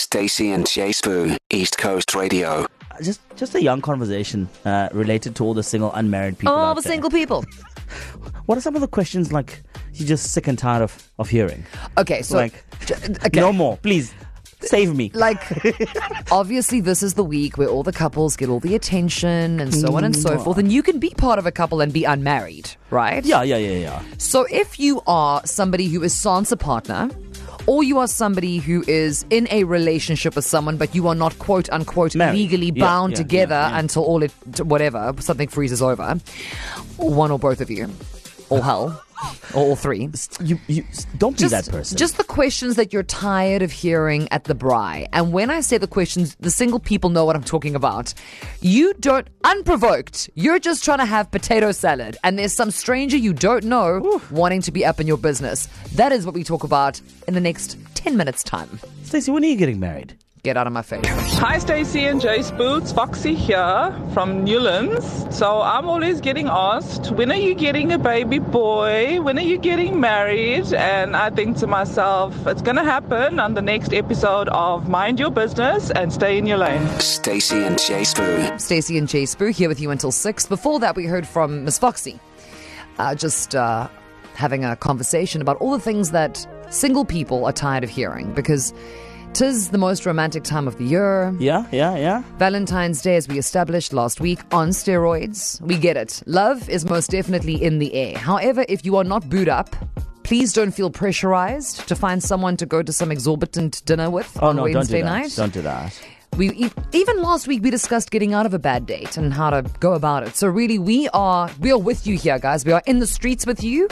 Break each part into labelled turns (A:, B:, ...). A: Stacy and Jay Spoo, East Coast Radio.
B: Just just a young conversation uh, related to all the single unmarried people.
C: All
B: out
C: Oh, the
B: there.
C: single people.
B: What are some of the questions like you're just sick and tired of, of hearing?
C: Okay, so
B: Like,
C: j- okay.
B: No more, please. Save me.
C: like obviously this is the week where all the couples get all the attention and so on and so forth and you can be part of a couple and be unmarried right
B: Yeah, yeah, yeah, yeah.
C: so if you are somebody who is sans a partner or you are somebody who is in a relationship with someone but you are not quote unquote
B: Married.
C: legally
B: Yeah,
C: bound
B: yeah,
C: together
B: yeah, yeah.
C: until all it whatever something freezes over one or both of you or hell or all three
B: You, you don't be that person.
C: just the questions that you're tired of hearing at the bri. And when I say the questions, the single people know what I'm talking about. You don't, unprovoked, you're just trying to have potato salad, and there's some stranger you don't know wanting to be up in your business. That is what we talk about in the next 10 minutes' time.
B: Stacey, when are you getting married?
C: Get out of my face.
D: Hi, Stacey and Jace Boots. Foxy here from Newlands. So I'm always getting asked, when are you getting a baby boy? When are you getting married? And I think to myself, it's going to happen on the next episode of Mind Your Business and Stay in Your Lane.
A: Stacy and Jay Spoo,
C: Stacey and Jay Spoo here with you until 6. Before that, we heard from Miss Foxy, uh, just uh, having a conversation about all the things that single people are tired of hearing because tis the most romantic time of the year.
B: Yeah, yeah, yeah.
C: Valentine's Day, as we established last week, on steroids. We get it. Love is most definitely in the air. However, if you are not booed up, please don't feel pressurized to find someone to go to some exorbitant dinner with
B: Oh
C: on
B: no, don't
C: Wednesday
B: do that.
C: night.
B: Don't do that.
C: We e- even last week we discussed getting out of a bad date and how to go about it. So really, we are we are with you here, guys. We are in the streets with you,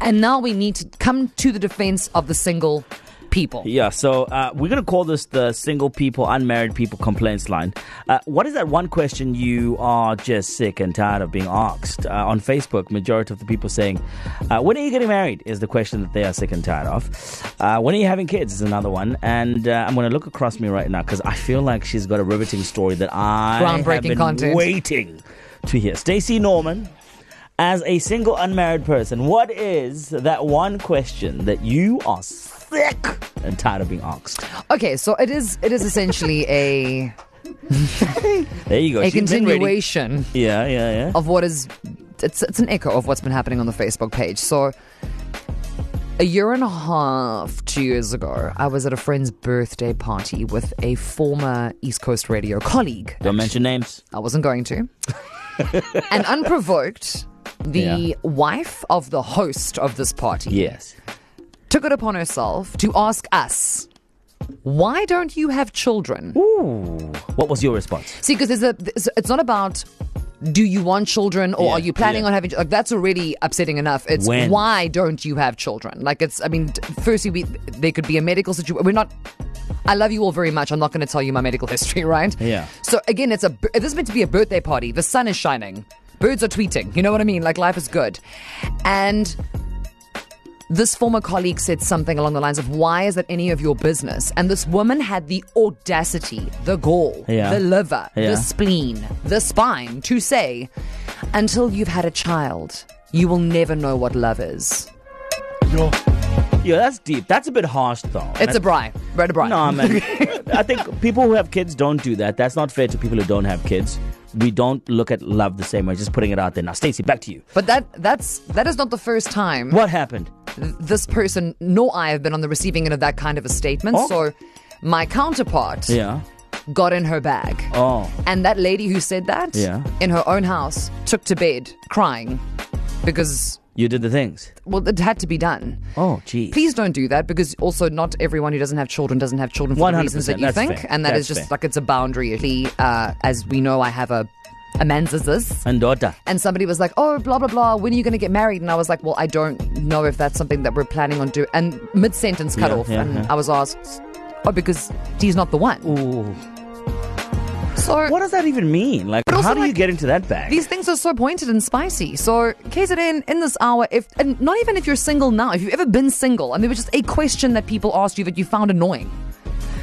C: and now we need to come to the defense of the single people.
B: Yeah, so uh, we're going to call this the single people, unmarried people complaints line. Uh, what is that one question you are just sick and tired of being asked? Uh, on Facebook, majority of the people saying, uh, when are you getting married is the question that they are sick and tired of. Uh, when are you having kids is another one. And uh, I'm going to look across me right now because I feel like she's got a riveting story that I have
C: Groundbreaking
B: been
C: content.
B: waiting to hear. Stacey Norman, as a single unmarried person, what is that one question that you are sick and tired of being asked?
C: Okay, so it is it is essentially a
B: There you go.
C: a
B: She's been ready.
C: continuation Oh.
B: Yeah, yeah, yeah.
C: of what is it's it's an echo of what's been happening on the Facebook page. So a year and a half, two years ago, I was at a friend's birthday party with a former East Coast radio colleague.
B: Don't mention names.
C: I wasn't going to. and unprovoked, the
B: Yeah.
C: wife of the host of this party
B: Yes.
C: took it upon herself to ask us, why don't you have children?
B: What was your response?
C: See, because there's a, there's- it's not about do you want children or
B: Yeah,
C: are you planning
B: yeah.
C: on having like that's already upsetting enough. It's
B: When?
C: why don't you have children? Like it's, I mean, t- firstly, we, there could be a medical situation. We're not. I love you all very much. I'm not going to tell you my medical history, right?
B: Yeah.
C: So again, it's a b- this is meant to be a birthday party. The sun is shining. Birds are tweeting. You know what I mean? Like life is good. And this former colleague said something along the lines of, Why is that any of your business? And this woman had the audacity, the gall,
B: Yeah.
C: the liver,
B: Yeah.
C: the spleen, the spine to say, Until you've had a child, you will never know what love is.
B: Yeah, that's deep. That's a bit harsh, though.
C: It's a bri. Read a bri.
B: No, man. I think people who have kids don't do that. That's not fair to people who don't have kids. We don't look at love the same way. Just putting it out there. Now, Stacey, back to you.
C: But that that's that is not the first time
B: What happened?
C: this person nor I have been on the receiving end of that kind of a statement.
B: Oh.
C: So my counterpart
B: Yeah.
C: got in her bag.
B: Oh.
C: And that lady who said that
B: Yeah.
C: in her own house took to bed crying because,
B: You did the things.
C: well, it had to be done.
B: Oh, geez.
C: Please don't do that because also not everyone who doesn't have children doesn't have children for the reasons
B: 100%,
C: that you
B: that's
C: think.
B: fair,
C: And that is
B: that's
C: just
B: fair.
C: like it's a boundary. Uh, as we know, I have a, a menses.
B: And daughter.
C: And somebody was like, oh, blah, blah, blah, when are you going to get married? And I was like, well, I don't know if that's something that we're planning on doing. And mid sentence cut
B: Yeah,
C: off.
B: yeah,
C: and
B: yeah.
C: I was asked, oh, because he's not the one. So
B: What does that even mean? Like,
C: also,
B: how do you
C: like,
B: get into that bag?
C: These things are so pointed and spicy. So, KZN, in this hour, if and not even if you're single now, if you've ever been single, I mean, it was just a question that people asked you that you found annoying.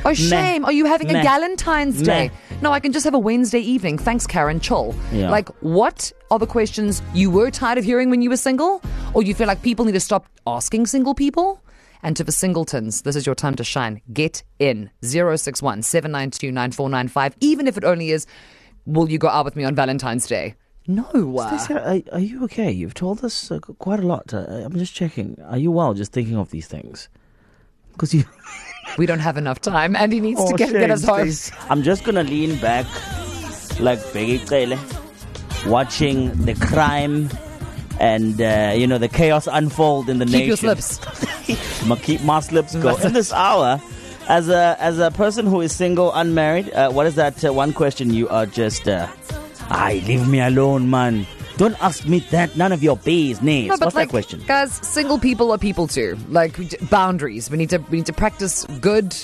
C: Oh, shame. Are you having
B: Meh.
C: a Galentine's Day?
B: Meh.
C: No, I can just have a Wednesday evening. Thanks, Karen. Chill.
B: Yeah.
C: Like, what are the questions you were tired of hearing when you were single? Or you feel like people need to stop asking single people? And to the singletons, this is your time to shine. Get in 061 792 9495, even if it only is, will you go out with me on Valentine's Day? No.
B: Stacia, are, are you okay? You've told us uh, qu- quite a lot. Uh, I'm just checking. Are you well? Just thinking of these things, because you.
C: We don't have enough time. And he needs to
B: Oh,
C: get, get
B: shame,
C: us home.
B: Stace. I'm just gonna lean back like Peggy Cele, watching the crime and uh, you know the chaos unfold in the
C: Keep
B: nation.
C: your slips.
B: Ma- keep my slips go. In this hour, as a as a person who is single, unmarried, uh, what is that uh, one question you are just? Uh, I leave me alone, man. Don't ask me that. None of your business.
C: No, but
B: What's
C: like,
B: that question?
C: guys, single people are people too. Like we d- boundaries, we need to we need to practice good,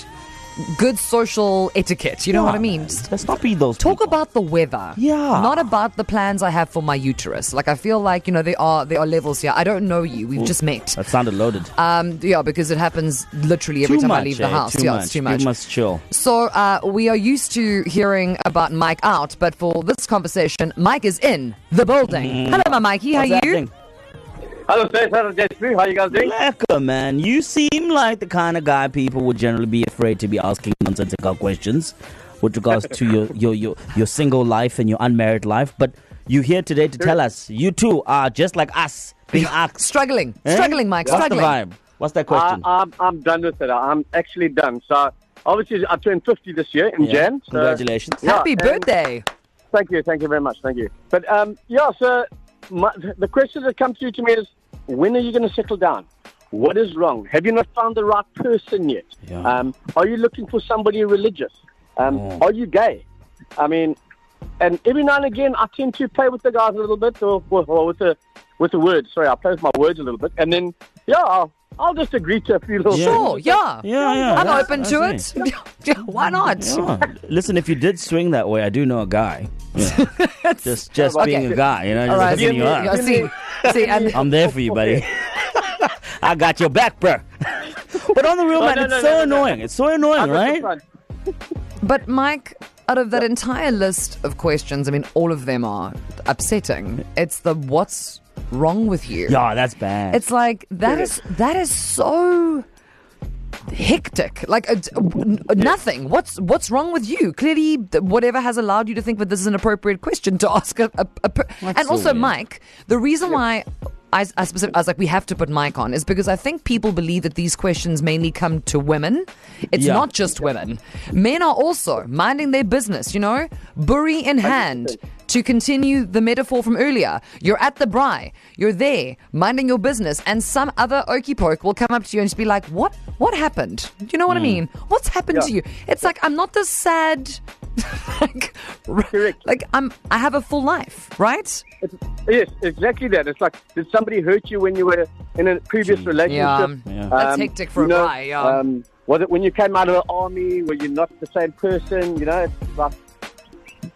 C: good social etiquette. You know what I
B: Yeah,
C: mean?
B: man.
C: Just
B: Ah, Let's not be those.
C: Talk
B: people.
C: about the weather,
B: Yeah.
C: Not about the plans I have for my uterus. Like I feel like you know there are there are levels here. I don't know you. We've just met.
B: That sounded loaded.
C: Um, yeah, because it happens literally every
B: too
C: time
B: much,
C: I leave the
B: eh?
C: house.
B: Too
C: yeah,
B: much.
C: it's too much.
B: You must chill.
C: So uh, we are used to hearing about Mike out, but for this conversation, Mike is in the building. Hello, my Mikey. How
B: Mm-hmm. What's
C: you?
B: happening?
E: Hello, sir. Hello, Jeffrey. How you guys doing?
B: Lekker, man. You seem like the kind of guy people would generally be afraid to be asking nonsensical questions with regards to your, your, your, your single life and your unmarried life. But you're here today to tell us you too are just like us being asked.
C: Struggling,
B: Eh?
C: struggling, Mike.
B: What's
C: struggling.
B: the vibe? What's
E: Uh,
B: that question?
E: I, I'm, I'm done with it. I'm actually done. So, obviously, I turned 50 this year in
B: Yeah.
E: Jan. So,
B: Congratulations.
E: Yeah,
C: Happy
E: and
C: birthday.
E: Thank you. Thank you very much. Thank you. But, um, yeah, so my, the question that comes through to me is when are you going to settle down? What is wrong? Have you not found the right person yet?
B: Yeah.
E: Um, are you looking for somebody religious? Um,
B: Mm.
E: Are you gay? I mean, and every now and again, I tend to play with the guys a little bit, or, or, or with the with the words. Sorry, I play with my words a little bit, and then yeah, I'll, I'll just agree to a few little.
B: Yeah.
C: Sure, Oh, yeah.
B: Yeah, yeah,
C: I'm
B: that's-
C: open to
B: that's
C: it. Yeah, Why not?
B: Yeah. Listen, if you did swing that way, I do know a guy. Yeah. just just
E: Okay.
B: being a guy, you know,
C: All
B: just
C: right.
B: hooking you
E: Yeah,
B: up.
C: Yeah, see, see, and
B: I'm there for you, buddy. I got your back, bro. but on the real,
E: No,
B: man,
E: Oh, no,
B: it's
E: no,
B: so
E: no, no, no.
B: annoying. It's so annoying, right?
E: Right?
C: but Mike, out of that entire list of questions, I mean, all of them are upsetting. It's the what's wrong with you?
B: Yeah, that's bad.
C: It's like that is that is so hectic. Like uh, d- n- nothing. What's what's wrong with you? Clearly, th- whatever has allowed you to think that this is an appropriate question to ask. A, a, a per-
B: That's
C: and
B: so
C: also,
B: weird.
C: Mike, the reason why. I, I, specific, I was like, we have to put Mike on, is because I think people believe that these questions mainly come to women. It's
B: Yeah.
C: not just women. Men are also minding their business, you know, bury in hand. To continue the metaphor from earlier, you're at the bri, you're there, minding your business, and some other okey poke will come up to you and just be like, "What? What happened? Do you know what
E: Hmm.
C: I mean? What's happened to you?" It's like I'm not this sad. like, r-
E: Correct.
C: like I'm. I have a full life, right?
E: It's, yes, exactly that. It's like did somebody hurt you when you were in a previous
B: Gee.
E: relationship?
C: Yeah. um,
B: Yeah.
C: That's hectic for
E: Um, you
C: a
E: know,
C: guy, yeah.
E: Um, was it when you came out of the army? Were you not the same person? You know, it's like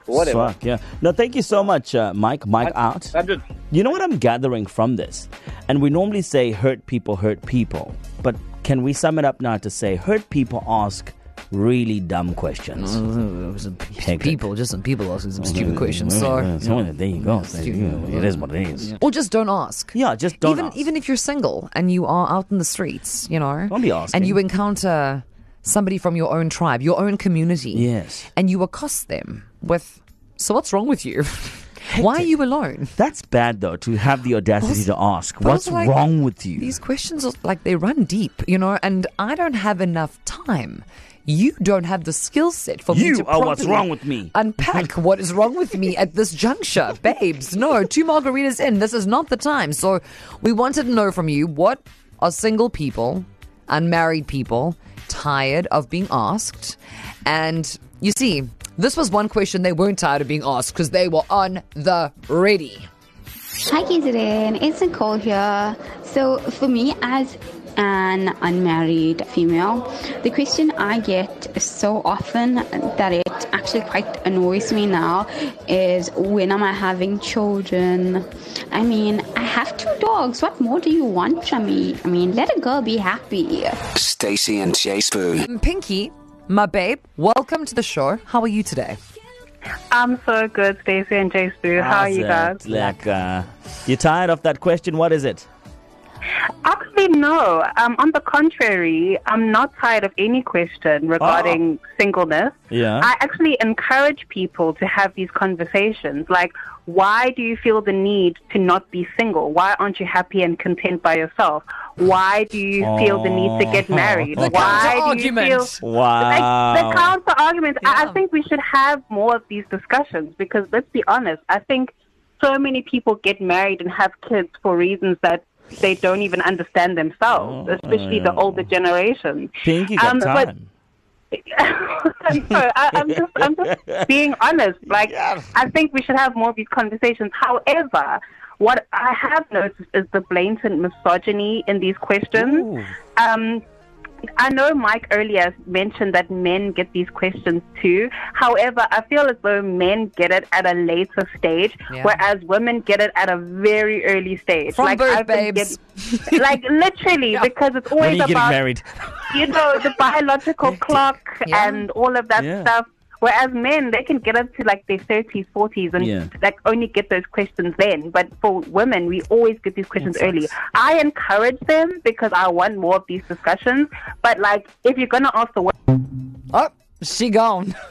E: whatever.
B: Fuck, yeah. No, thank you so much, uh, Mike. Mike out.
E: I did.
B: You know what I'm gathering from this? And we normally say hurt people hurt people, but can we sum it up now to say hurt people ask really dumb questions? Mm, Hectic.
C: People, just some people asking some Mm.
E: Mm-hmm.
C: stupid questions. So,
B: So, there you go. So, you know, it is what it is.
C: or just don't ask.
B: Yeah, just don't
C: even
B: ask.
C: even if you're single and you are out in the streets, you know,
B: Don't be asking.
C: and you encounter somebody from your own tribe, your own community,
B: Yes.
C: and you accost them with, "So what's wrong with you? Why are you alone?"
B: That's bad though to have the audacity
C: Those-
B: to ask
C: those
B: what's
C: are like-
B: wrong with you.
C: These questions are like they run deep, you know, and I don't have enough time. You don't have the skill set for me
B: You
C: to
B: are what's
C: properly
B: wrong with me.
C: Unpack what is wrong with me at this juncture, babes. No, two margaritas in. This is not the time. So we wanted to know from you what are single people, unmarried people, tired of being asked? And you see, this was one question they weren't tired of being asked because they were on the ready.
F: Hi, Kizrin. It's Nicole here. So, for me, as an unmarried female, the question I get so often that it actually quite annoys me now is when am I having children? I mean, I have two dogs. What more do you want from me? I mean, let a girl be happy.
A: Stacy and Jay Spoon.
C: Pinky, my babe, welcome to the show. How are you today?
G: I'm so good, Stacey and Jay Spoo. How are you
B: How's
G: guys?
B: it? Like, uh, you tired of that question? What is it?
G: Actually, no. Um, on the contrary, I'm not tired of any question regarding singleness.
B: Ah. Yeah.
G: I actually encourage people to have these conversations. Like, why do you feel the need to not be single? Why aren't you happy and content by yourself? Why do you feel the need to get married?
B: The
G: why do you feel
C: counter-argument.
B: Wow.
G: like the counter arguments. I
C: Yeah.
G: I think we should have more of these discussions because let's be honest. I think so many people get married and have kids for reasons that they don't even understand themselves, especially the older generation.
B: Oh, Pinky got
G: um, but-
B: time.
G: no, I, I'm just, I'm just being honest. Like, I think we should have more of these conversations. However, what I have noticed is the blatant misogyny in these questions. Um, I know Mike earlier mentioned that men get these questions too. However, I feel as though men get it at a later stage,
C: Yeah.
G: whereas women get it at a very early stage.
C: From birth,
G: I've been
C: babes.
G: get- like literally, because it's
B: When are
G: always
B: you getting
G: about
B: married?
G: you know, the biological clock
C: Yeah.
G: and all of that
B: Yeah.
G: stuff. Whereas men, they can get up to like their 30s, 40s and
B: Yeah.
G: like only get those questions then. But for women, we always get these questions early. I encourage them because I want more of these discussions. But like, if you're going to ask the women,
C: Oh, she gone.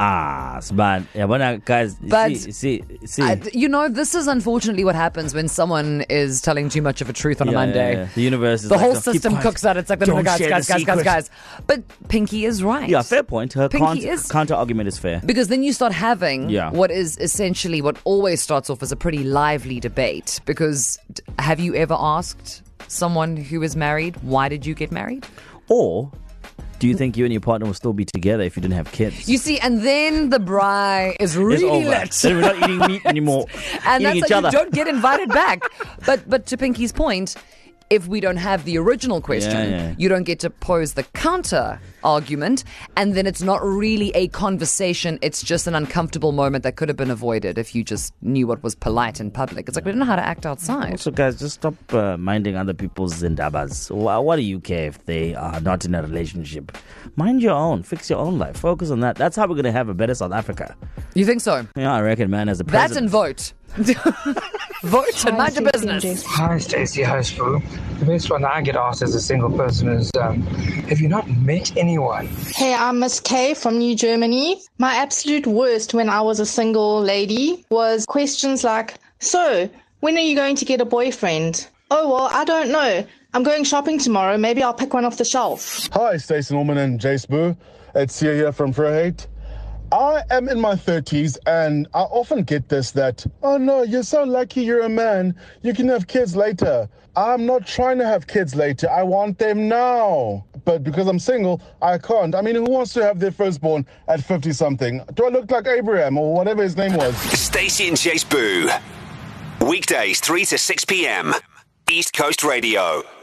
B: Ah, man. Yeah, but now, guys, you
C: But-
B: see, see, see.
C: I- Uh, you know, this is unfortunately what happens when someone is telling too much of a truth on
B: Yeah,
C: a
B: yeah,
C: Monday.
B: yeah. The universe is
C: The
B: like,
C: whole
B: "No, keep
C: system
B: quiet.
C: cooks out. It's like, no, no, no,
B: Don't
C: guys,
B: share
C: guys,
B: the
C: guys, guys,
B: secret.
C: guys. But Pinky is right.
B: Yeah, fair point. Her
C: Pinky
B: counter,
C: is-
B: counter argument is fair.
C: Because then you start having
B: Yeah.
C: what is essentially what always starts off as a pretty lively debate. Because d- have you ever asked someone who is married, why did you get married?
B: Or do you think you and your partner will still be together if you didn't have kids?
C: You see, and then the bri is
B: it's
C: really
B: over.
C: lit.
B: Then we're not eating meat anymore.
C: and
B: eating
C: that's
B: each
C: how
B: other.
C: you don't get invited back. But but to Pinky's point, if we don't have the original question,
B: yeah.
C: you don't get to pose the counter argument, and then it's not really a conversation. It's just an uncomfortable moment that could have been avoided if you just knew what was polite in public. It's like we don't know how to act outside.
B: So, guys, just stop uh, minding other people's zindabas. Why, why do you care if they are not in a relationship? Mind your own. Fix your own life. Focus on that. That's how we're going to have a better South Africa.
C: You think so?
B: Yeah, I reckon, man, as a
C: That
B: president.
C: and vote. vote and mind your business.
H: Hi, Stacey. Hi, Spoo. The best one I get asked as a single person is, um, have you not met anyone?
I: Hey, I'm Miss K from New Germany. My absolute worst when I was a single lady was questions like, So, when are you going to get a boyfriend? Oh, well, I don't know. I'm going shopping tomorrow. Maybe I'll pick one off the shelf.
J: Hi, Stacey Norman and Jace Boo. It's Sia here from Frohate. I am in my 30s and I often get this that, oh no, you're so lucky you're a man. You can have kids later. I'm not trying to have kids later. I want them now. But because I'm single, I can't. I mean, who wants to have their firstborn at 50 something? Do I look like Abraham or whatever his name was?
A: Stacey and Chase Boo. Weekdays 3 to 6 p.m. East Coast Radio.